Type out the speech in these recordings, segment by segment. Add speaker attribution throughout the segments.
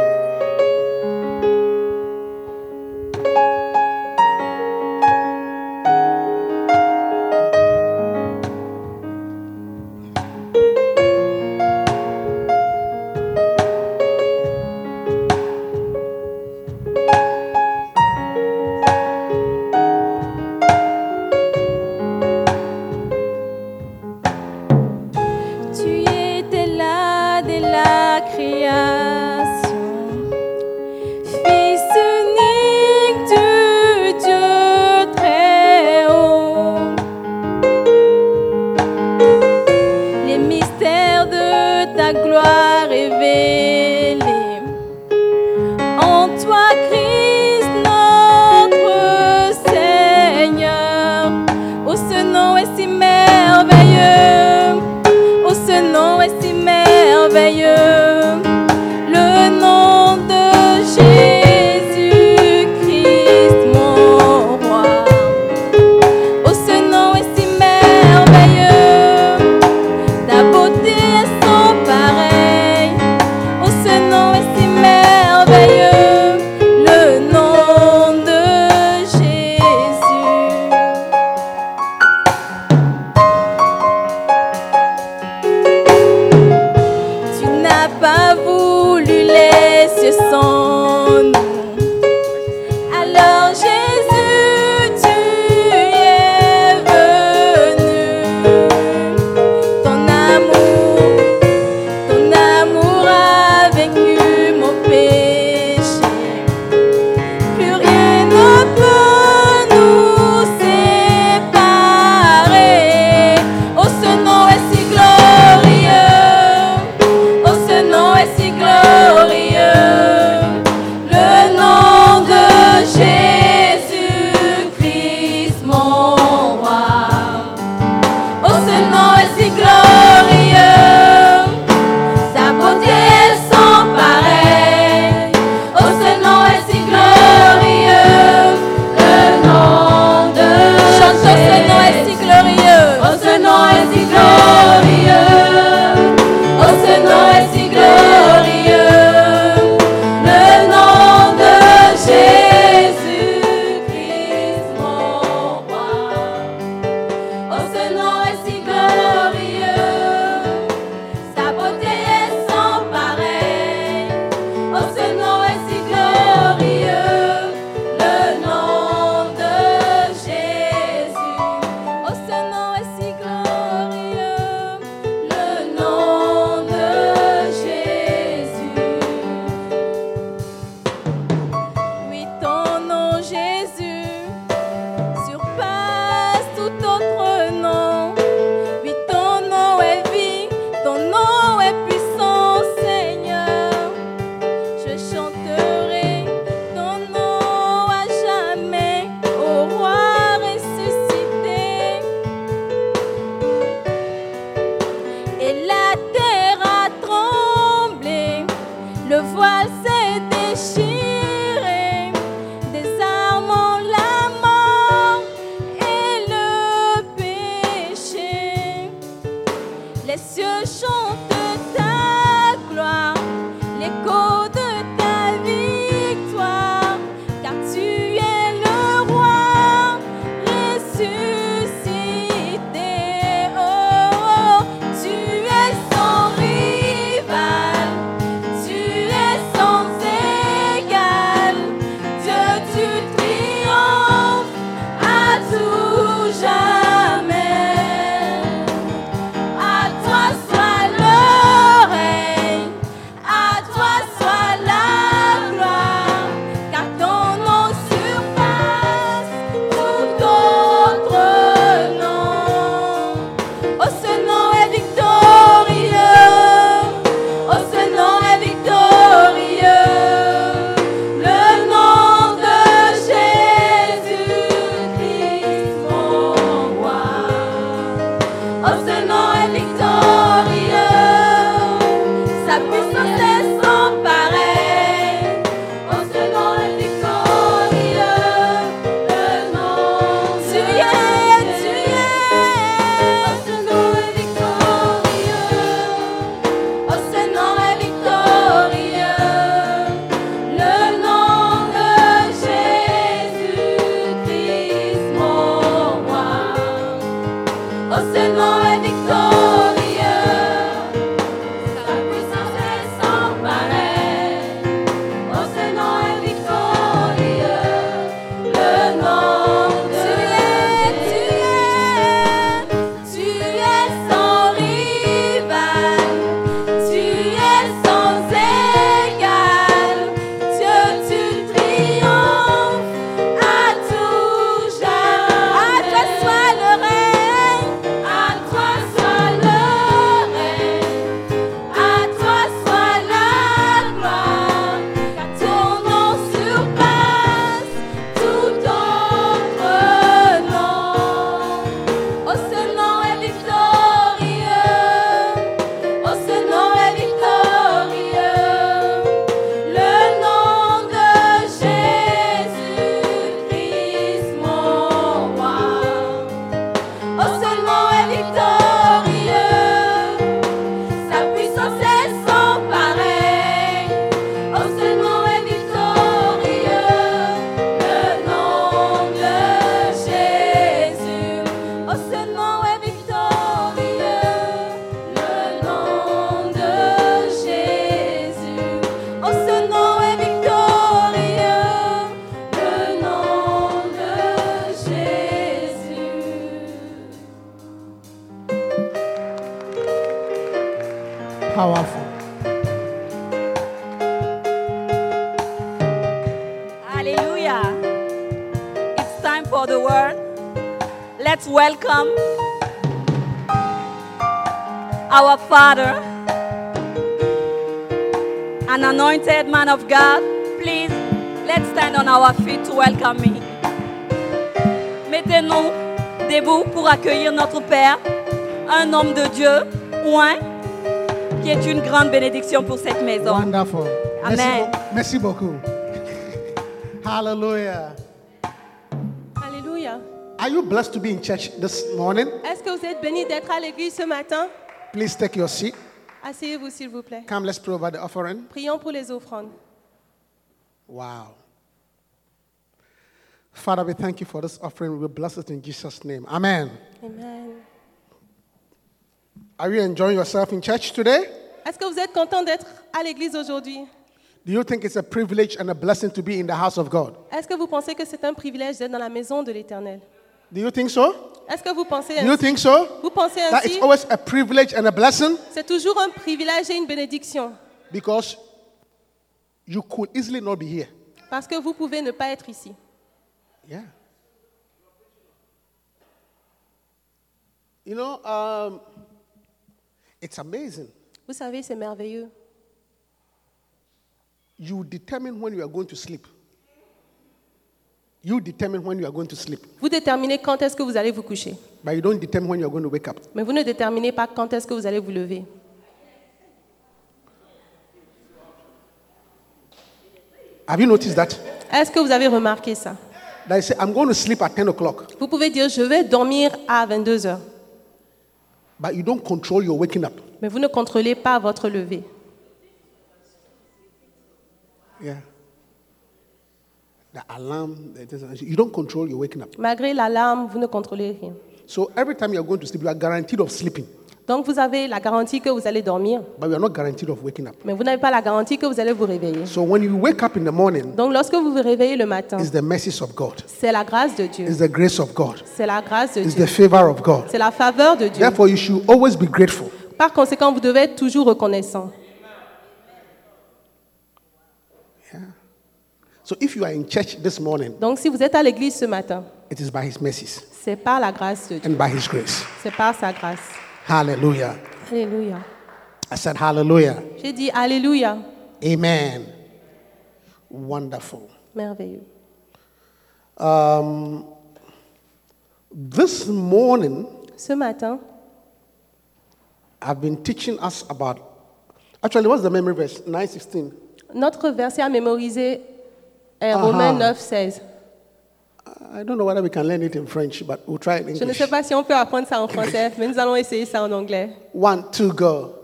Speaker 1: Oh, Oh, Oh, Oh, Oh, Oh, Oh, Oh, Oh, Oh, Oh,
Speaker 2: powerful.
Speaker 1: Hallelujah. It's time for the word. Let's welcome our Father, an anointed man of God. Please, let's stand on our feet to welcome him. Mettez-nous debout pour accueillir notre Père, un homme de Dieu, un, qui est une grande bénédiction pour cette maison.
Speaker 3: Wonderful. Merci
Speaker 1: Amen.
Speaker 3: beau- Merci beaucoup. Hallelujah.
Speaker 4: Alléluia.
Speaker 3: Are you blessed to be in church this morning?
Speaker 4: Est-ce que vous êtes bénis d'être à l'église ce matin
Speaker 3: Please take your seat.
Speaker 4: Asseyez-vous s'il vous plaît.
Speaker 3: Come, let's pray over the offering.
Speaker 4: Prions pour les offrandes.
Speaker 3: Wow. Father, we thank you for this offering. We bless it in Jesus' name. Amen.
Speaker 4: Amen.
Speaker 3: Are you enjoying yourself in church today?
Speaker 4: Est-ce que vous êtes content d'être à l'église aujourd'hui
Speaker 3: Do you think it's a privilege and a blessing to be in the house of God?
Speaker 4: Est-ce que vous pensez que c'est un privilège d'être dans la maison de l'Éternel
Speaker 3: Do you think so?
Speaker 4: Est-ce que vous pensez
Speaker 3: Do you
Speaker 4: ainsi
Speaker 3: think so?
Speaker 4: Vous pensez
Speaker 3: That it's
Speaker 4: ainsi
Speaker 3: always a privilege and a blessing
Speaker 4: C'est toujours un privilège et une bénédiction
Speaker 3: because you could easily not be here.
Speaker 4: parce que vous pouvez ne pas être ici.
Speaker 3: Yeah. You know, um, it's amazing.
Speaker 4: Vous savez, c'est merveilleux.
Speaker 3: You determine when you are going to sleep. You determine when you are going to sleep,
Speaker 4: Vous déterminez quand est-ce que vous allez vous coucher,
Speaker 3: but you don't determine when you are going to wake up.
Speaker 4: mais vous ne déterminez pas quand est-ce que vous allez vous lever.
Speaker 3: Have you noticed that?
Speaker 4: Est-ce que vous avez remarqué ça
Speaker 3: That I say, I'm going to sleep at 10 o'clock,
Speaker 4: Vous pouvez dire je vais dormir à 22 heures,
Speaker 3: but you don't control your waking up.
Speaker 4: mais vous ne contrôlez pas votre lever.
Speaker 3: Yeah. The alarm, the- the- you don't control your waking up.
Speaker 4: Malgré l'alarme, vous ne contrôlez rien.
Speaker 3: So every time you are going to sleep, you are guaranteed of sleeping,
Speaker 4: Donc vous avez la garantie que vous allez dormir,
Speaker 3: but you are not guaranteed of waking up.
Speaker 4: mais vous n'avez pas la garantie que vous allez vous réveiller.
Speaker 3: So when you wake up in the morning,
Speaker 4: Donc lorsque vous vous réveillez le matin,
Speaker 3: is the mercies of God,
Speaker 4: c'est la grâce de Dieu.
Speaker 3: is the grace of God,
Speaker 4: C'est la grâce de
Speaker 3: is
Speaker 4: Dieu.
Speaker 3: the favor of God.
Speaker 4: C'est la faveur de Dieu.
Speaker 3: Therefore, you should always be grateful.
Speaker 4: Par conséquent, vous devez être toujours reconnaissant.
Speaker 3: So if you are in church this morning,
Speaker 4: Donc si vous êtes à l'église ce matin,
Speaker 3: it is by His mercies
Speaker 4: c'est par la grâce de Dieu.
Speaker 3: and by His grace.
Speaker 4: C'est par sa grâce.
Speaker 3: Hallelujah.
Speaker 4: Alléluia.
Speaker 3: I said, Hallelujah.
Speaker 4: J'ai dit Alléluia.
Speaker 3: Amen. Wonderful.
Speaker 4: Merveilleux.
Speaker 3: Um, this morning,
Speaker 4: Ce matin,
Speaker 3: I've been teaching us about. Actually, what's the memory verse? 916.
Speaker 4: notre verset à mémoriser est
Speaker 3: Aha.
Speaker 4: Romains 9, 16.
Speaker 3: I don't know whether we can learn it in French, but we'll try it in
Speaker 4: Je ne
Speaker 3: English.
Speaker 4: sais pas si on peut apprendre ça en français, mais nous allons essayer ça en anglais.
Speaker 3: One, two, go.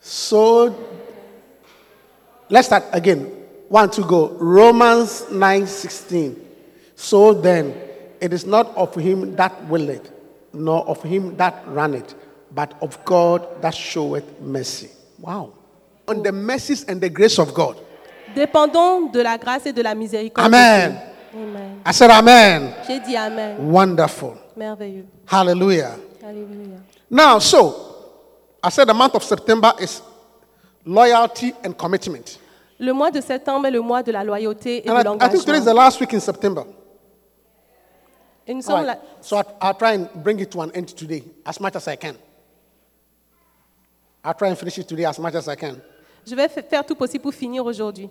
Speaker 3: So let's start again. One, two, go. Romans 9 16. So then, it is not of him that willeth, nor of him that runneth, but of God that showeth mercy. Wow. On the mercies and the grace of God.
Speaker 4: Dépendons de la grâce et de la miséricorde. de
Speaker 3: Amen.
Speaker 4: Dieu. Amen.
Speaker 3: I said, Amen.
Speaker 4: J'ai dit Amen.
Speaker 3: Wonderful.
Speaker 4: Merveilleux.
Speaker 3: Hallelujah.
Speaker 4: Alléluia.
Speaker 3: Now, so I said the month of September is loyalty and commitment.
Speaker 4: Le mois de septembre est le mois de la loyauté et de
Speaker 3: And I, I think today is the
Speaker 4: l'engagement.
Speaker 3: last week in September.
Speaker 4: Et nous sommes
Speaker 3: All right.
Speaker 4: là-
Speaker 3: So I, I'll try and bring it to an end today as much as I can. I'll try and finish it today as much as I can.
Speaker 4: Je vais fa- faire tout possible pour finir aujourd'hui.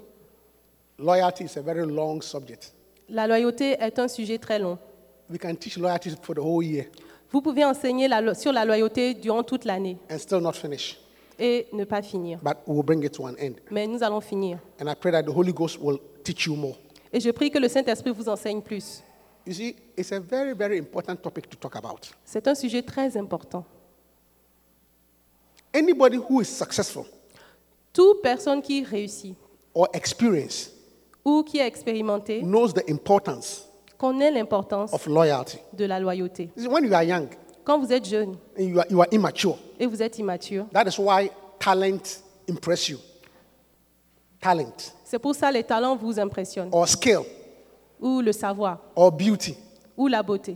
Speaker 3: Loyalty is a very long subject.
Speaker 4: La loyauté est un sujet très long.
Speaker 3: We can teach loyalty for the whole year
Speaker 4: Vous pouvez enseigner la lo- sur la loyauté durant toute l'année
Speaker 3: and still not finish,
Speaker 4: et ne pas finir.
Speaker 3: but we'll bring it to an end.
Speaker 4: Mais nous allons finir.
Speaker 3: And I pray that the Holy Ghost will teach you more.
Speaker 4: Et je prie que le Saint-Esprit vous enseigne plus.
Speaker 3: You see, it's a very, very important topic to talk about.
Speaker 4: C'est un sujet très important.
Speaker 3: Anybody who is successful
Speaker 4: Toute personne qui réussit
Speaker 3: or experienced
Speaker 4: ou qui a expérimenté
Speaker 3: knows the importance
Speaker 4: connaît l'importance
Speaker 3: of loyalty.
Speaker 4: de la loyauté.
Speaker 3: You see, When you are young
Speaker 4: Quand vous êtes jeune
Speaker 3: and you are, you are immature,
Speaker 4: et vous êtes immature,
Speaker 3: That is why talent impress you. Talent
Speaker 4: c'est pour ça les talents vous impressionnent,
Speaker 3: or skill
Speaker 4: ou le savoir,
Speaker 3: or beauty,
Speaker 4: ou la beauté.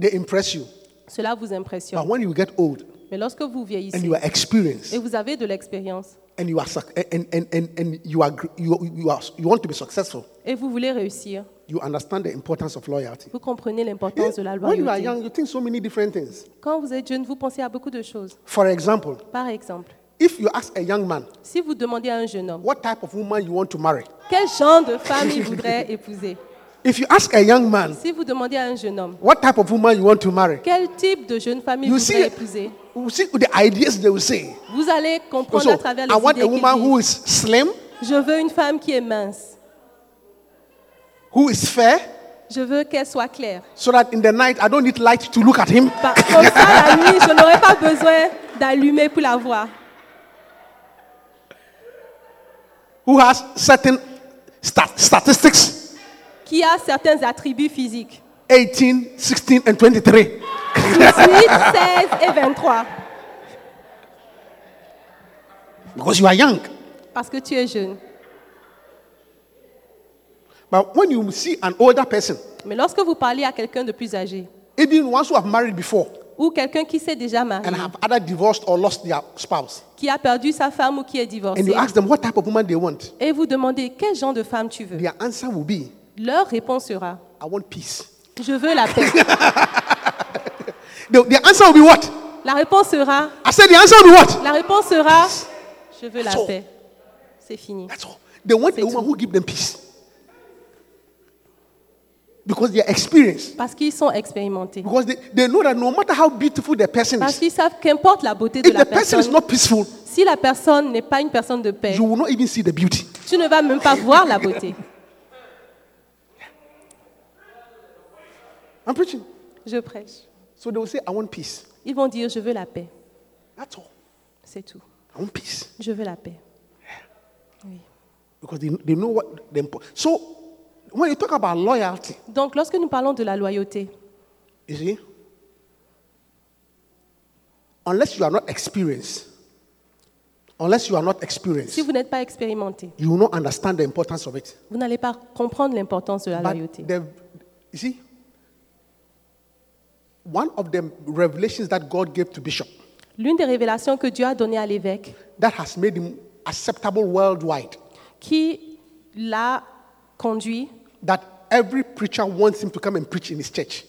Speaker 3: they impress you.
Speaker 4: Cela vous
Speaker 3: But
Speaker 4: impressionne.
Speaker 3: when you get old,
Speaker 4: Mais lorsque vous
Speaker 3: and
Speaker 4: vieillissez
Speaker 3: you are experienced
Speaker 4: et vous avez de l'expérience
Speaker 3: and you are suc- and, and, and, and you are gr- you, you are you want to be successful,
Speaker 4: et vous voulez réussir,
Speaker 3: you understand the importance of loyalty.
Speaker 4: vous comprenez l'importance de la
Speaker 3: When you are
Speaker 4: loyauté.
Speaker 3: young, you think so many different things.
Speaker 4: Quand vous êtes jeune, vous pensez à beaucoup de choses.
Speaker 3: For example,
Speaker 4: Par exemple,
Speaker 3: if you ask a young man
Speaker 4: si vous demandez à un jeune homme
Speaker 3: what type of woman you want to marry,
Speaker 4: quel genre de femme il voudrait épouser,
Speaker 3: if you ask a young man
Speaker 4: si vous demandez à un jeune homme
Speaker 3: what type of woman you want to marry,
Speaker 4: quel type de jeune femme il
Speaker 3: you see,
Speaker 4: voudrait épouser,
Speaker 3: you see the ideas they will say.
Speaker 4: vous allez comprendre
Speaker 3: Also,
Speaker 4: à travers les
Speaker 3: I want
Speaker 4: idées
Speaker 3: a
Speaker 4: qu'il
Speaker 3: woman
Speaker 4: dit,
Speaker 3: who is slim,
Speaker 4: Je veux une femme qui est mince.
Speaker 3: who is fair,
Speaker 4: Je veux qu'elle soit claire.
Speaker 3: so that in the night I don't need light to look at him.
Speaker 4: Par- Comme ça, la nuit, je n'aurai pas besoin d'allumer pour la voir.
Speaker 3: Who has certain stat- statistics,
Speaker 4: Qui a certains attributs physiques.
Speaker 3: 18, 16, and 23.
Speaker 4: 18, 16 et 23.
Speaker 3: Because you are young.
Speaker 4: Parce que tu es jeune.
Speaker 3: But when you see an older person,
Speaker 4: Mais lorsque vous parlez à quelqu'un de plus âgé
Speaker 3: even ones who have married before
Speaker 4: ou quelqu'un qui s'est déjà
Speaker 3: and
Speaker 4: marié,
Speaker 3: have either divorced or lost their spouse,
Speaker 4: qui a perdu sa femme ou qui est
Speaker 3: and you
Speaker 4: divorcé,
Speaker 3: ask them what type of woman they want,
Speaker 4: et vous demandez quel genre de femme tu veux,
Speaker 3: their answer will be,
Speaker 4: leur réponse sera
Speaker 3: I want peace.
Speaker 4: Je veux la paix.
Speaker 3: The, their answer will be what?
Speaker 4: La réponse sera
Speaker 3: I said the answer will be what?
Speaker 4: La réponse sera Je veux la
Speaker 3: So-
Speaker 4: paix. C'est fini.
Speaker 3: That's all. They want a
Speaker 4: Say
Speaker 3: woman who give them peace. Because they are experienced.
Speaker 4: Parce qu'ils sont expérimentés.
Speaker 3: Because they, they know that no matter how beautiful the person
Speaker 4: Parce
Speaker 3: is,
Speaker 4: qu'ils savent qu'importe la beauté de
Speaker 3: if
Speaker 4: la
Speaker 3: the person is
Speaker 4: personne,
Speaker 3: not peaceful,
Speaker 4: si la personne n'est pas une personne de paix,
Speaker 3: you will not even see the beauty.
Speaker 4: tu ne vas même pas voir la beauté.
Speaker 3: I'm preaching.
Speaker 4: Je prêche.
Speaker 3: So they will say, I want peace.
Speaker 4: Ils vont dire, je veux la paix.
Speaker 3: That's all.
Speaker 4: C'est tout.
Speaker 3: I want peace.
Speaker 4: Je veux la paix. Oui.
Speaker 3: Because they, they know what the impo- So when you talk about loyalty,
Speaker 4: Donc, lorsque nous parlons de la loyauté,
Speaker 3: you see, unless you are not experienced, unless you are not experienced,
Speaker 4: si vous n'êtes pas expérimenté,
Speaker 3: you will not understand the importance of it.
Speaker 4: vous n'allez pas comprendre l'importance de la
Speaker 3: But
Speaker 4: loyauté.
Speaker 3: the, you see, one of the revelations that God gave to Bishop
Speaker 4: L'une des révélations que Dieu a données à l'évêque,
Speaker 3: that has made him acceptable worldwide,
Speaker 4: qui l'a conduit
Speaker 3: that every preacher wants him to come and preach in his church,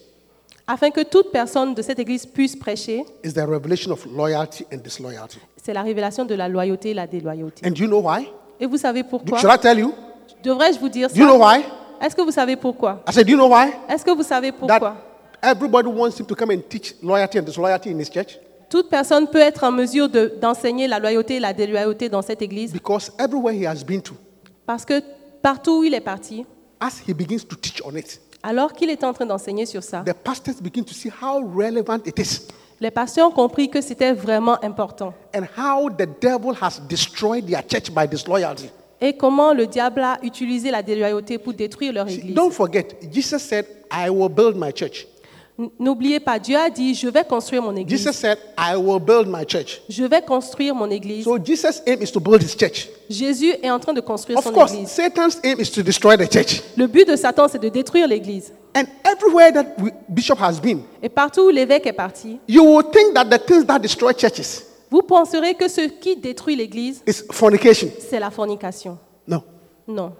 Speaker 4: afin que toute personne de cette église puisse prêcher,
Speaker 3: is the revelation of loyalty and disloyalty.
Speaker 4: c'est la révélation de la loyauté et la déloyauté.
Speaker 3: And do you know why?
Speaker 4: Et vous savez
Speaker 3: Do-
Speaker 4: pourquoi
Speaker 3: Should I tell you?
Speaker 4: Devrais-je vous dire ça
Speaker 3: Do you know why?
Speaker 4: Est-ce que vous savez pourquoi
Speaker 3: I said, do you know why?
Speaker 4: Est-ce que vous savez
Speaker 3: That
Speaker 4: pourquoi
Speaker 3: everybody wants him to come and teach loyalty and disloyalty in his church
Speaker 4: Toute personne peut être en mesure de- d'enseigner la loyauté et la déloyauté dans cette église
Speaker 3: because everywhere he has been to,
Speaker 4: parce que partout où il est parti,
Speaker 3: as he begins to teach on it,
Speaker 4: alors qu'il était en train d'enseigner sur ça,
Speaker 3: the pastors begin to see how relevant it is
Speaker 4: les pasteurs ont compris que c'était vraiment important
Speaker 3: and how the devil has destroyed their church by disloyalty.
Speaker 4: et comment le diable a utilisé la déloyauté pour détruire leur
Speaker 3: See,
Speaker 4: église.
Speaker 3: Don't forget, Jesus said, I will build my church.
Speaker 4: N- N'oubliez pas, Dieu a dit, je vais construire mon église.
Speaker 3: Jesus said, I will build my church.
Speaker 4: Je vais construire mon église.
Speaker 3: So Jesus' aim is to build his church.
Speaker 4: Jésus est en train de construire
Speaker 3: Of
Speaker 4: son
Speaker 3: course,
Speaker 4: église.
Speaker 3: Satan's aim is to destroy the church.
Speaker 4: Le but de Satan, c'est de détruire l'église.
Speaker 3: And everywhere that we- Bishop has been,
Speaker 4: Et partout où l'évêque est parti,
Speaker 3: you will think that the things that destroy churches
Speaker 4: vous penserez que ce qui détruit l'église,
Speaker 3: is fornication.
Speaker 4: c'est la fornication.
Speaker 3: No,
Speaker 4: Non,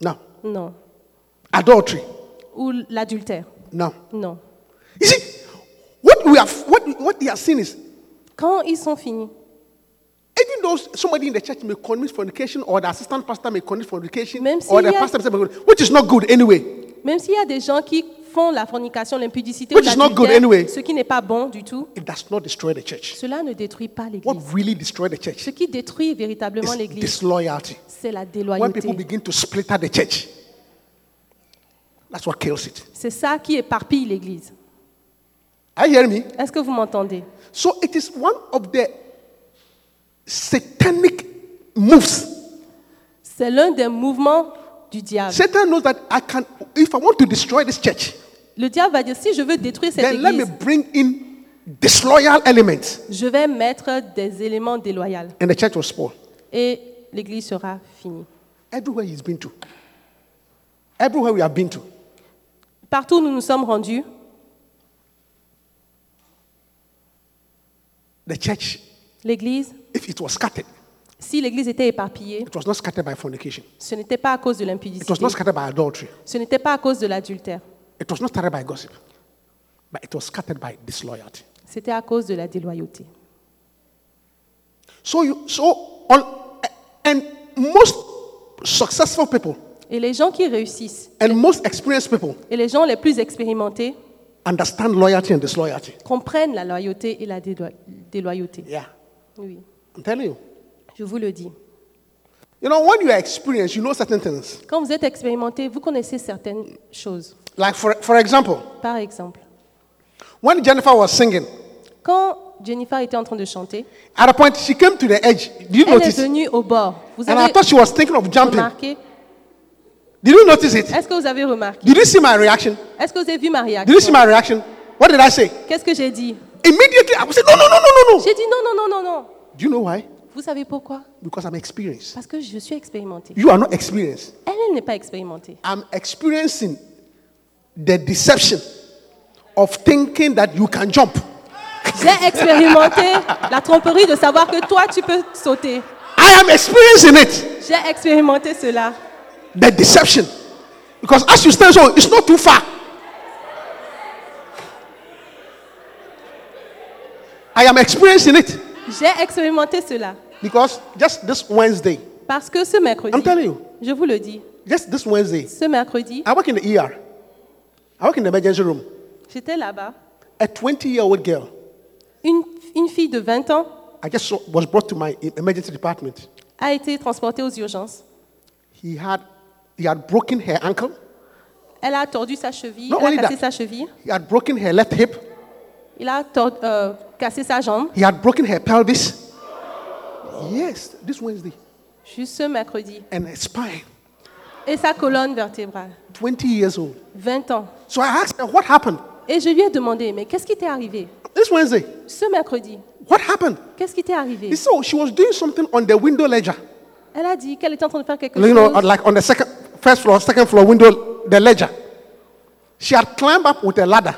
Speaker 3: no.
Speaker 4: non.
Speaker 3: Adultery,
Speaker 4: Ou l'adultère.
Speaker 3: no.
Speaker 4: Non.
Speaker 3: You see, what we have, what, what he has seen is,
Speaker 4: Quand ils sont finis,
Speaker 3: even though somebody in the church may commit fornication, or the assistant pastor may commit fornication,
Speaker 4: Même
Speaker 3: or the
Speaker 4: s'il y a-
Speaker 3: pastor himself may commit, which is not good anyway.
Speaker 4: même s'il y a des gens qui font la fornication, l'impudicité ou
Speaker 3: Which is not good
Speaker 4: l'adultère,
Speaker 3: anyway.
Speaker 4: ce qui n'est pas bon du tout,
Speaker 3: It does not destroy the church.
Speaker 4: cela ne détruit pas
Speaker 3: What
Speaker 4: l'église.
Speaker 3: really destroys the church
Speaker 4: Ce qui détruit véritablement
Speaker 3: is
Speaker 4: l'église,
Speaker 3: disloyalty.
Speaker 4: c'est la
Speaker 3: When people
Speaker 4: déloyauté.
Speaker 3: begin to splinter the church, that's what kills it.
Speaker 4: C'est ça qui éparpille l'église.
Speaker 3: Are you hearing me?
Speaker 4: Est-ce que vous m'entendez
Speaker 3: So it is one of the satanic moves.
Speaker 4: C'est l'un des mouvements du diable.
Speaker 3: Satan knows that I can, if I want to destroy this church,
Speaker 4: Le diable va dire si je veux détruire cette
Speaker 3: then let me
Speaker 4: église,
Speaker 3: bring in disloyal elements,
Speaker 4: je vais mettre des éléments déloyaux
Speaker 3: and the church will spoil.
Speaker 4: et l'église sera finie.
Speaker 3: Everywhere he's been to, everywhere we have been to,
Speaker 4: Partout où nous nous sommes rendus,
Speaker 3: the church,
Speaker 4: L'Église,
Speaker 3: if it was scattered,
Speaker 4: si l'Église était éparpillée,
Speaker 3: it was not scattered by fornication.
Speaker 4: ce n'était pas à cause de
Speaker 3: It
Speaker 4: l'impudicité,
Speaker 3: was not scattered by adultery.
Speaker 4: ce n'était pas à cause de l'adultère,
Speaker 3: It was not scattered by gossip. But it was scattered by disloyalty.
Speaker 4: c'était à cause de la déloyauté.
Speaker 3: So you so all and most successful people
Speaker 4: Et les gens qui réussissent,
Speaker 3: and most experienced people
Speaker 4: et les gens les plus expérimentés,
Speaker 3: understand loyalty and disloyalty.
Speaker 4: comprennent la loyauté et la délo- déloyauté.
Speaker 3: Yeah.
Speaker 4: Oui,
Speaker 3: I'm telling you.
Speaker 4: je vous le dis.
Speaker 3: You know, when you are experienced, you know certain things.
Speaker 4: Quand vous êtes expérimenté, vous connaissez certaines choses.
Speaker 3: Like for for example,
Speaker 4: Par exemple,
Speaker 3: when Jennifer was singing,
Speaker 4: quand Jennifer était en train de chanter,
Speaker 3: at a point she came to the edge. Did you
Speaker 4: elle
Speaker 3: notice?
Speaker 4: est venue au bord. Vous
Speaker 3: And I
Speaker 4: avez
Speaker 3: thought she was thinking of jumping.
Speaker 4: remarqué
Speaker 3: Did you notice it?
Speaker 4: Est-ce que vous avez remarqué
Speaker 3: Did you see my reaction?
Speaker 4: Est-ce que vous avez vu ma
Speaker 3: Did you see
Speaker 4: réaction
Speaker 3: my reaction? What did I say?
Speaker 4: Qu'est-ce que j'ai dit
Speaker 3: Immediately I said, No, no, no, no, no, no.
Speaker 4: J'ai dit non, non, non, non, non.
Speaker 3: Do you know why?
Speaker 4: Vous savez pourquoi
Speaker 3: Because I'm experienced.
Speaker 4: Parce que je suis expérimentée.
Speaker 3: You are not experienced.
Speaker 4: Elle, elle n'est pas expérimentée.
Speaker 3: I'm experiencing the deception of thinking that you can jump.
Speaker 4: J'ai expérimenté la tromperie de savoir que toi, tu peux sauter.
Speaker 3: I am experiencing it,
Speaker 4: J'ai expérimenté cela.
Speaker 3: the deception. Because as you stand so, it's not too far. I am experiencing it
Speaker 4: J'ai expérimenté cela.
Speaker 3: because just this Wednesday,
Speaker 4: Parce que ce mercredi,
Speaker 3: I'm telling you.
Speaker 4: je vous le dis,
Speaker 3: just this Wednesday,
Speaker 4: ce mercredi,
Speaker 3: I work in the ER. I work in the emergency room.
Speaker 4: j'étais là-bas.
Speaker 3: A 20 year old girl,
Speaker 4: Une, une fille de 20 ans
Speaker 3: I just saw, was brought to my e, emergency department.
Speaker 4: a été transportée aux urgences.
Speaker 3: He had, he had broken her ankle,
Speaker 4: Elle a tordu sa cheville,
Speaker 3: Not
Speaker 4: elle
Speaker 3: only
Speaker 4: a cassé
Speaker 3: that.
Speaker 4: sa cheville,
Speaker 3: he had broken her left hip,
Speaker 4: il a tor- euh, cassé sa jambe.
Speaker 3: he had broken her pelvis. Yes, this Wednesday.
Speaker 4: Juste ce mercredi.
Speaker 3: And her spine,
Speaker 4: Et sa colonne vertébrale,
Speaker 3: 20 years old.
Speaker 4: 20 ans.
Speaker 3: So I asked her, What happened?
Speaker 4: Et je lui ai demandé, mais qu'est-ce qui t'est arrivé
Speaker 3: This Wednesday,
Speaker 4: Ce mercredi,
Speaker 3: what happened?
Speaker 4: qu'est-ce qui t'est arrivé
Speaker 3: He said, "Oh, she was doing something on the window ledger.
Speaker 4: Elle a dit qu'elle était en train de faire quelque
Speaker 3: You know,
Speaker 4: chose.
Speaker 3: like on the second, first floor, second floor window, the ledger. She had climbed up with a ladder.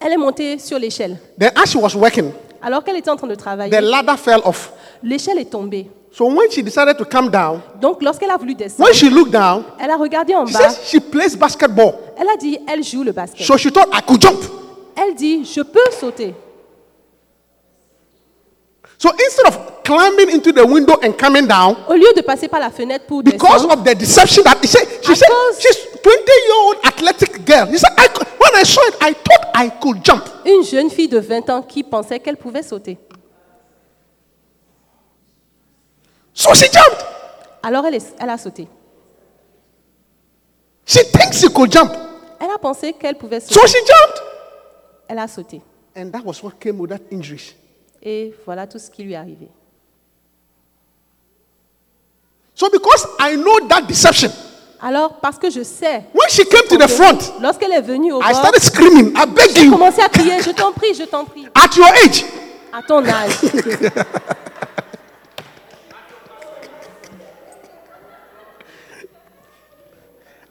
Speaker 4: Elle est montée sur l'échelle.
Speaker 3: Then as she was working,
Speaker 4: Alors qu'elle était en train de travailler,
Speaker 3: the ladder fell off.
Speaker 4: l'échelle est tombée.
Speaker 3: So when she decided to come down,
Speaker 4: Donc lorsqu'elle a voulu descendre,
Speaker 3: when she looked down,
Speaker 4: elle a regardé en
Speaker 3: she
Speaker 4: bas.
Speaker 3: says she plays basketball.
Speaker 4: Elle a dit, elle joue le basket.
Speaker 3: So she thought I could jump.
Speaker 4: Elle dit, je peux sauter.
Speaker 3: So instead of climbing into the window and coming down,
Speaker 4: Au lieu de passer par la fenêtre pour
Speaker 3: because
Speaker 4: descendre,
Speaker 3: of the deception that she said, she said
Speaker 4: Because-
Speaker 3: she's 20 year old athletic girl. She said, I could, when I saw it, I thought I could jump.
Speaker 4: une jeune fille de 20 ans qui pensait qu'elle pouvait sauter.
Speaker 3: So she jumped.
Speaker 4: Alors elle, est- elle a sauté.
Speaker 3: She thinks she could jump.
Speaker 4: Elle a pensé qu'elle pouvait sauter.
Speaker 3: So she jumped.
Speaker 4: Elle a sauté.
Speaker 3: And that was what came with that injury.
Speaker 4: Et voilà tout ce qui lui est arrivé.
Speaker 3: So because I know that deception,
Speaker 4: Alors, parce que je sais,
Speaker 3: when she came to the front,
Speaker 4: lorsqu'elle est venue au
Speaker 3: I
Speaker 4: bord,
Speaker 3: started screaming, I beg
Speaker 4: j'ai
Speaker 3: you,
Speaker 4: commencé à crier, je t'en prie, je t'en prie,
Speaker 3: at your age,
Speaker 4: à ton âge.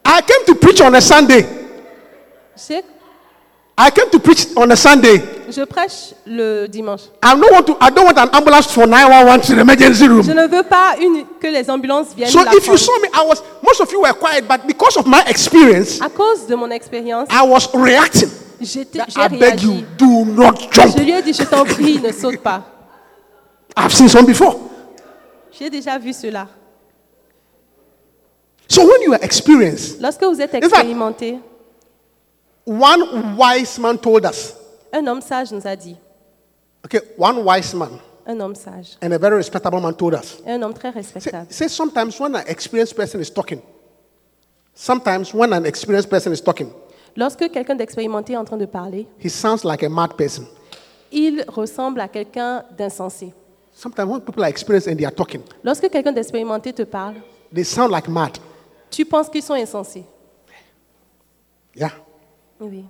Speaker 3: I came to preach on a Sunday.
Speaker 4: J'ai-
Speaker 3: I came to preach on a Sunday.
Speaker 4: Je prêche le dimanche.
Speaker 3: I don't want to. I don't want an ambulance for 911 to the emergency room.
Speaker 4: Je ne veux pas une, que les ambulances viennent
Speaker 3: So
Speaker 4: la
Speaker 3: if you
Speaker 4: prendre.
Speaker 3: saw me, I was. Most of you were quiet, but because of my experience,
Speaker 4: À cause de mon expérience,
Speaker 3: I was reacting.
Speaker 4: j'étais-
Speaker 3: That
Speaker 4: j'ai
Speaker 3: Ah, I beg
Speaker 4: réagi.
Speaker 3: you, do not jump.
Speaker 4: Je lui ai dit, je t'en prie, ne saute pas.
Speaker 3: I've seen some before.
Speaker 4: J'ai déjà vu cela.
Speaker 3: So when you are experienced,
Speaker 4: Lorsque vous êtes
Speaker 3: fact-
Speaker 4: expérimenté,
Speaker 3: one wise man told us.
Speaker 4: un homme sage nous a dit,
Speaker 3: Okay, one wise man
Speaker 4: un homme sage,
Speaker 3: and a very respectable man told us.
Speaker 4: un homme très
Speaker 3: Say,
Speaker 4: respectable.
Speaker 3: say sometimes when an experienced person is talking, sometimes when an experienced person is talking,
Speaker 4: Lorsque quelqu'un d'expérimenté est en train de parler,
Speaker 3: he sounds like a mad person.
Speaker 4: il ressemble à quelqu'un d'insensé.
Speaker 3: Sometimes when people are experienced and they are talking,
Speaker 4: Lorsque quelqu'un d'expérimenté te parle,
Speaker 3: they sound like mad.
Speaker 4: tu penses qu'ils sont insensés.
Speaker 3: Yeah.
Speaker 4: Oui.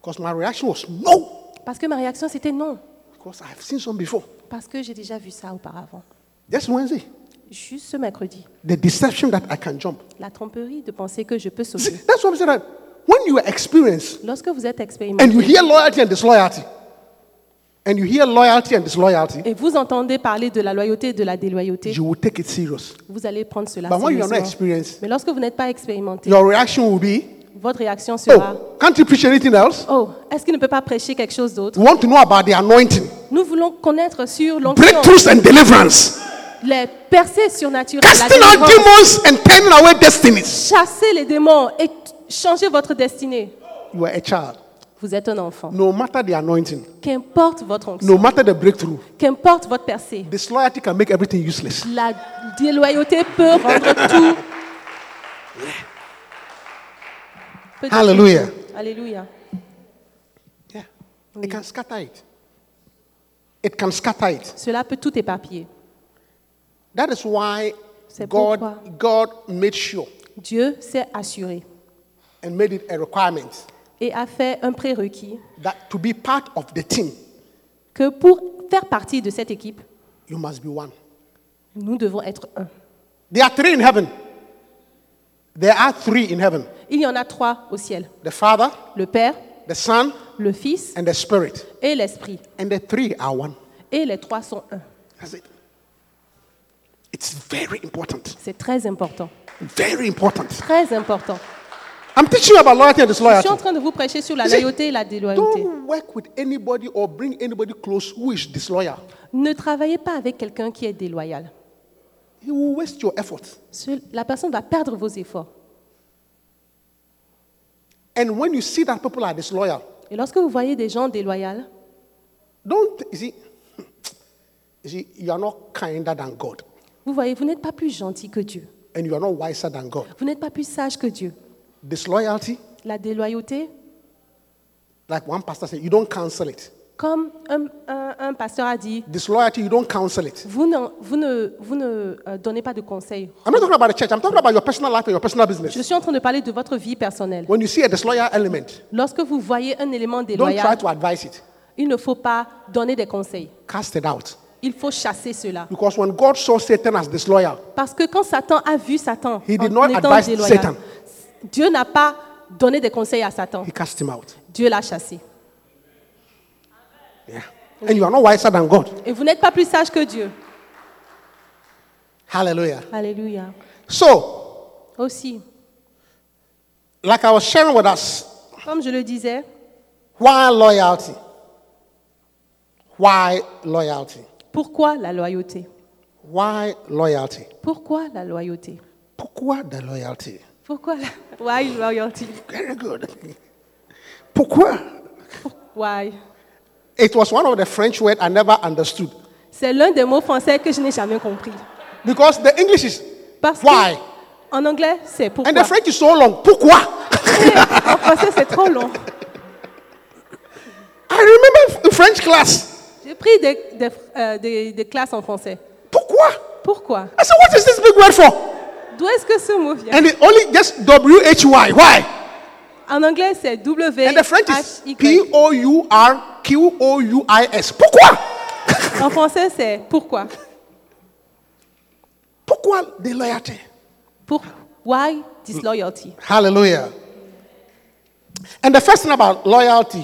Speaker 3: Because my reaction was no,
Speaker 4: Parce que ma réaction, c'était non.
Speaker 3: because I've seen some before.
Speaker 4: Parce que j'ai déjà vu ça auparavant.
Speaker 3: Just Wednesday,
Speaker 4: Juste ce mercredi,
Speaker 3: the deception that I can jump.
Speaker 4: la tromperie de penser que je peux
Speaker 3: See,
Speaker 4: sauter.
Speaker 3: that's what I'm saying. that When you are experienced
Speaker 4: Lorsque vous êtes expérimenté
Speaker 3: and you hear loyalty and disloyalty, and you hear loyalty and disloyalty,
Speaker 4: et vous entendez parler de la loyauté et de la déloyauté,
Speaker 3: you will take it serious.
Speaker 4: vous allez prendre cela
Speaker 3: But when you are not
Speaker 4: sérieusement.
Speaker 3: experienced,
Speaker 4: Mais lorsque vous n'êtes pas expérimenté,
Speaker 3: your reaction will be,
Speaker 4: votre réaction sera
Speaker 3: oh, can't you preach anything else?
Speaker 4: Oh, est-ce qu'il ne peut pas prêcher quelque chose d'autre
Speaker 3: We want to know about the anointing,
Speaker 4: Nous voulons connaître sur l'onction,
Speaker 3: breakthroughs and deliverance,
Speaker 4: les percées surnaturelles, la
Speaker 3: casting out
Speaker 4: délivrance,
Speaker 3: demons and turning away destinies.
Speaker 4: chasser les démons et t- changer votre destinée.
Speaker 3: You are a child.
Speaker 4: Vous êtes un enfant.
Speaker 3: No matter the anointing,
Speaker 4: Qu'importe votre onction,
Speaker 3: no matter the breakthrough,
Speaker 4: qu'importe votre percée,
Speaker 3: disloyalty can make everything useless.
Speaker 4: la déloyauté peut rendre tout. Peut-
Speaker 3: Hallelujah.
Speaker 4: Alléluia.
Speaker 3: Yeah. It can scatter it. It can scatter it.
Speaker 4: Cela peut tout éparpiller.
Speaker 3: That is why
Speaker 4: C'est pourquoi.
Speaker 3: God, God made sure
Speaker 4: Dieu s'est assuré
Speaker 3: and made it a requirement
Speaker 4: et a fait un prérequis
Speaker 3: that to be part of the team,
Speaker 4: que pour faire partie de cette équipe,
Speaker 3: you must be one.
Speaker 4: nous devons être un.
Speaker 3: There are three in heaven. There are three in heaven
Speaker 4: Il y en a trois au ciel
Speaker 3: the Father,
Speaker 4: le Père,
Speaker 3: the Son,
Speaker 4: le Fils
Speaker 3: and the Spirit.
Speaker 4: et l'Esprit.
Speaker 3: And the three are one.
Speaker 4: Et les trois sont un.
Speaker 3: That's it. It's very important.
Speaker 4: C'est très important.
Speaker 3: Very important.
Speaker 4: Très important.
Speaker 3: I'm teaching you about loyalty and
Speaker 4: Je suis en
Speaker 3: disloyalty.
Speaker 4: train de vous prêcher sur la
Speaker 3: You see,
Speaker 4: loyauté et la déloyauté.
Speaker 3: Don't work with anybody or bring anybody close who is disloyal.
Speaker 4: Ne travaillez pas avec quelqu'un qui est déloyal.
Speaker 3: He will waste your effort.
Speaker 4: Ce- La personne va perdre vos efforts.
Speaker 3: And when you see that people are disloyal,
Speaker 4: Et lorsque vous voyez des gens déloyaux,
Speaker 3: don't you see, you see, you are not kinder than God,
Speaker 4: vous voyez, vous n'êtes pas plus gentil que Dieu.
Speaker 3: and you are not wiser than God.
Speaker 4: Vous n'êtes pas plus sage que Dieu.
Speaker 3: Disloyalty,
Speaker 4: La déloyauté,
Speaker 3: like one pastor said, you don't counsel it.
Speaker 4: comme un, un- un pasteur a dit,
Speaker 3: Disloyalty, you don't counsel it.
Speaker 4: vous, n'en- vous ne, vous ne euh, donnez pas de conseils.
Speaker 3: I'm not talking about the church. I'm talking about your personal life and your personal business.
Speaker 4: Je suis en train de parler de votre vie personnelle.
Speaker 3: When you see a disloyal element,
Speaker 4: Lorsque vous voyez un élément
Speaker 3: don't try
Speaker 4: déloyal,
Speaker 3: to advise it.
Speaker 4: il ne faut pas donner des conseils.
Speaker 3: Cast it out.
Speaker 4: Il faut chasser cela.
Speaker 3: Because when God saw Satan as disloyal,
Speaker 4: Parce que quand Satan a vu Satan,
Speaker 3: He did
Speaker 4: en
Speaker 3: not
Speaker 4: étant
Speaker 3: advise
Speaker 4: déloyal,
Speaker 3: Satan.
Speaker 4: Dieu n'a pas donné des conseils à Satan.
Speaker 3: he cast him out.
Speaker 4: Dieu l'a chassé.
Speaker 3: Yeah. And you are not wiser than God.
Speaker 4: Et vous n'êtes pas plus sage que Dieu.
Speaker 3: Hallelujah.
Speaker 4: Alléluia.
Speaker 3: So,
Speaker 4: Aussi,
Speaker 3: like I was sharing with us,
Speaker 4: comme je le disais,
Speaker 3: why loyalty? Why loyalty?
Speaker 4: pourquoi la loyauté
Speaker 3: Why loyalty?
Speaker 4: Pourquoi la loyauté
Speaker 3: Pourquoi de loyalty?
Speaker 4: Pourquoi la... Why loyalty
Speaker 3: Very good. Pourquoi?
Speaker 4: Why
Speaker 3: It was one of the French words I never understood.
Speaker 4: C'est l'un des mots français que je n'ai jamais compris.
Speaker 3: Because the English is
Speaker 4: Parce
Speaker 3: why.
Speaker 4: que en anglais, c'est pourquoi.
Speaker 3: And the French is so long. Pourquoi?
Speaker 4: En français, c'est trop long.
Speaker 3: I remember in French class.
Speaker 4: J'ai pris des, des- euh, des- des classes en français.
Speaker 3: Pourquoi?
Speaker 4: Pourquoi
Speaker 3: I said, what is this big word for?
Speaker 4: D'où est-ce que ce mot vient
Speaker 3: And it only just W H Y. Why?
Speaker 4: En anglais, c'est W.
Speaker 3: And the French is
Speaker 4: H-Y.
Speaker 3: P O U R Q O U I S. Pourquoi?
Speaker 4: En français, c'est pourquoi.
Speaker 3: Pourquoi de loyauté?
Speaker 4: Pour why disloyalty.
Speaker 3: Hallelujah. And the first thing about loyalty,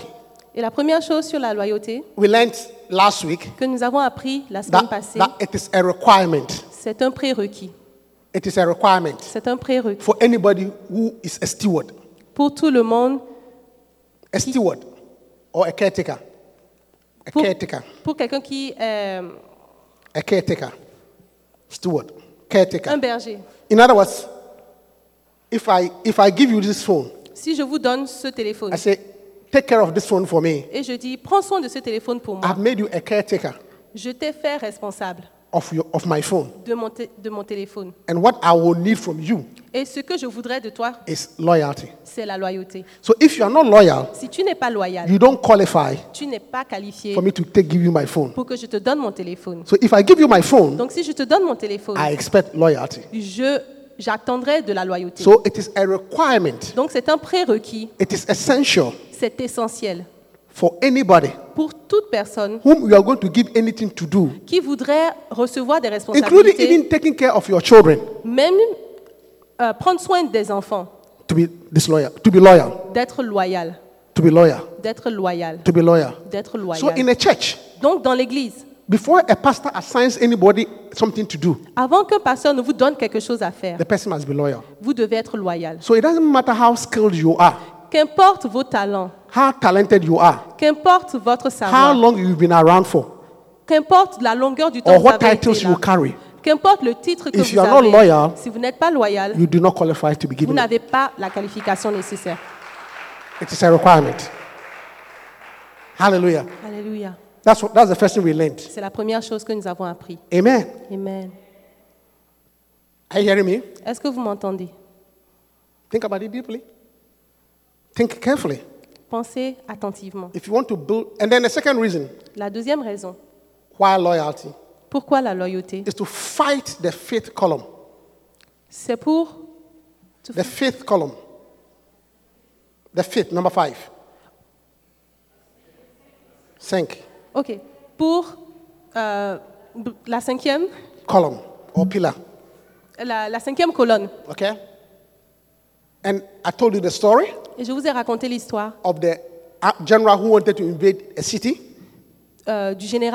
Speaker 4: Et la première chose sur la loyauté
Speaker 3: we learned last week
Speaker 4: que nous avons appris la semaine
Speaker 3: that,
Speaker 4: passée,
Speaker 3: that it is a requirement.
Speaker 4: c'est un prérequis.
Speaker 3: It is a requirement
Speaker 4: C'est un prérequis
Speaker 3: for anybody who is a steward,
Speaker 4: pour tout le monde,
Speaker 3: a steward or a caretaker. A
Speaker 4: pour,
Speaker 3: caretaker,
Speaker 4: pour quelqu'un qui euh, est
Speaker 3: a caretaker, steward,
Speaker 4: un
Speaker 3: caretaker.
Speaker 4: berger.
Speaker 3: In other words, if I, if I give you this phone,
Speaker 4: Si je vous donne ce téléphone
Speaker 3: I say, take care of this phone for me.
Speaker 4: et je dis, prends soin de ce téléphone pour moi,
Speaker 3: I've made you a caretaker
Speaker 4: je t'ai fait responsable
Speaker 3: of, your, of my phone.
Speaker 4: de mon, té- de mon téléphone.
Speaker 3: And what I will need from you
Speaker 4: Et ce que je voudrais de toi,
Speaker 3: is loyalty.
Speaker 4: c'est la loyauté.
Speaker 3: So if you are not loyal,
Speaker 4: Si tu n'es pas loyal,
Speaker 3: you don't qualify
Speaker 4: tu n'es pas qualifié
Speaker 3: for me to take give you my phone.
Speaker 4: pour que je te donne mon téléphone.
Speaker 3: So if I give you my phone,
Speaker 4: Donc si je te donne mon téléphone,
Speaker 3: I expect loyalty.
Speaker 4: je j'attendrai de la loyauté.
Speaker 3: So it is a requirement.
Speaker 4: Donc c'est un prérequis,
Speaker 3: It is essential
Speaker 4: c'est essentiel
Speaker 3: for anybody
Speaker 4: pour toute personne
Speaker 3: whom you are going to give anything to do,
Speaker 4: qui voudrait recevoir des
Speaker 3: including
Speaker 4: responsabilités,
Speaker 3: even taking care of your children,
Speaker 4: même euh, prendre soin des enfants,
Speaker 3: to be disloyal, to be loyal,
Speaker 4: d'être loyal,
Speaker 3: to be loyal,
Speaker 4: d'être loyal,
Speaker 3: to be loyal.
Speaker 4: d'être
Speaker 3: So in
Speaker 4: loyal.
Speaker 3: a church,
Speaker 4: Donc, dans l'église,
Speaker 3: Before a pastor assigns anybody something to do,
Speaker 4: avant qu'un pasteur ne vous donne quelque chose à faire,
Speaker 3: the person must be loyal.
Speaker 4: vous devez être loyal.
Speaker 3: So it doesn't matter how skilled you are,
Speaker 4: Qu'importe vos talents,
Speaker 3: how talented you are,
Speaker 4: qu'importe votre
Speaker 3: how
Speaker 4: savoir,
Speaker 3: long you've been around for,
Speaker 4: qu'importe la longueur du temps
Speaker 3: or
Speaker 4: que vous
Speaker 3: what
Speaker 4: avez été
Speaker 3: titles
Speaker 4: là,
Speaker 3: you carry,
Speaker 4: qu'importe le titre que
Speaker 3: If
Speaker 4: vous
Speaker 3: you are not
Speaker 4: avez,
Speaker 3: loyal,
Speaker 4: si vous n'êtes pas loyal,
Speaker 3: you do not qualify to
Speaker 4: vous
Speaker 3: begin with.
Speaker 4: n'avez pas la qualification nécessaire.
Speaker 3: It is a requirement. Hallelujah.
Speaker 4: Alléluia.
Speaker 3: That's, what, that's the first thing we learned.
Speaker 4: C'est la première chose que nous avons appris.
Speaker 3: Amen.
Speaker 4: Amen.
Speaker 3: Are you hearing me?
Speaker 4: Est-ce que vous m'entendez
Speaker 3: Think about it deeply. Think carefully.
Speaker 4: Pensez attentivement.
Speaker 3: If you want to build, and then the second reason
Speaker 4: La deuxième raison,
Speaker 3: why loyalty
Speaker 4: pourquoi la loyauté
Speaker 3: is to fight the faith column.
Speaker 4: C'est pour
Speaker 3: The fifth column. The fifth, number five. Cinq
Speaker 4: OK. Pour euh, b- la cinquième,
Speaker 3: column or pillar.
Speaker 4: la, la cinquième colonne.
Speaker 3: Okay? And I told you the story
Speaker 4: Et je vous ai raconté l'histoire
Speaker 3: of the uh, general who wanted to invade a city.
Speaker 4: euh, du général.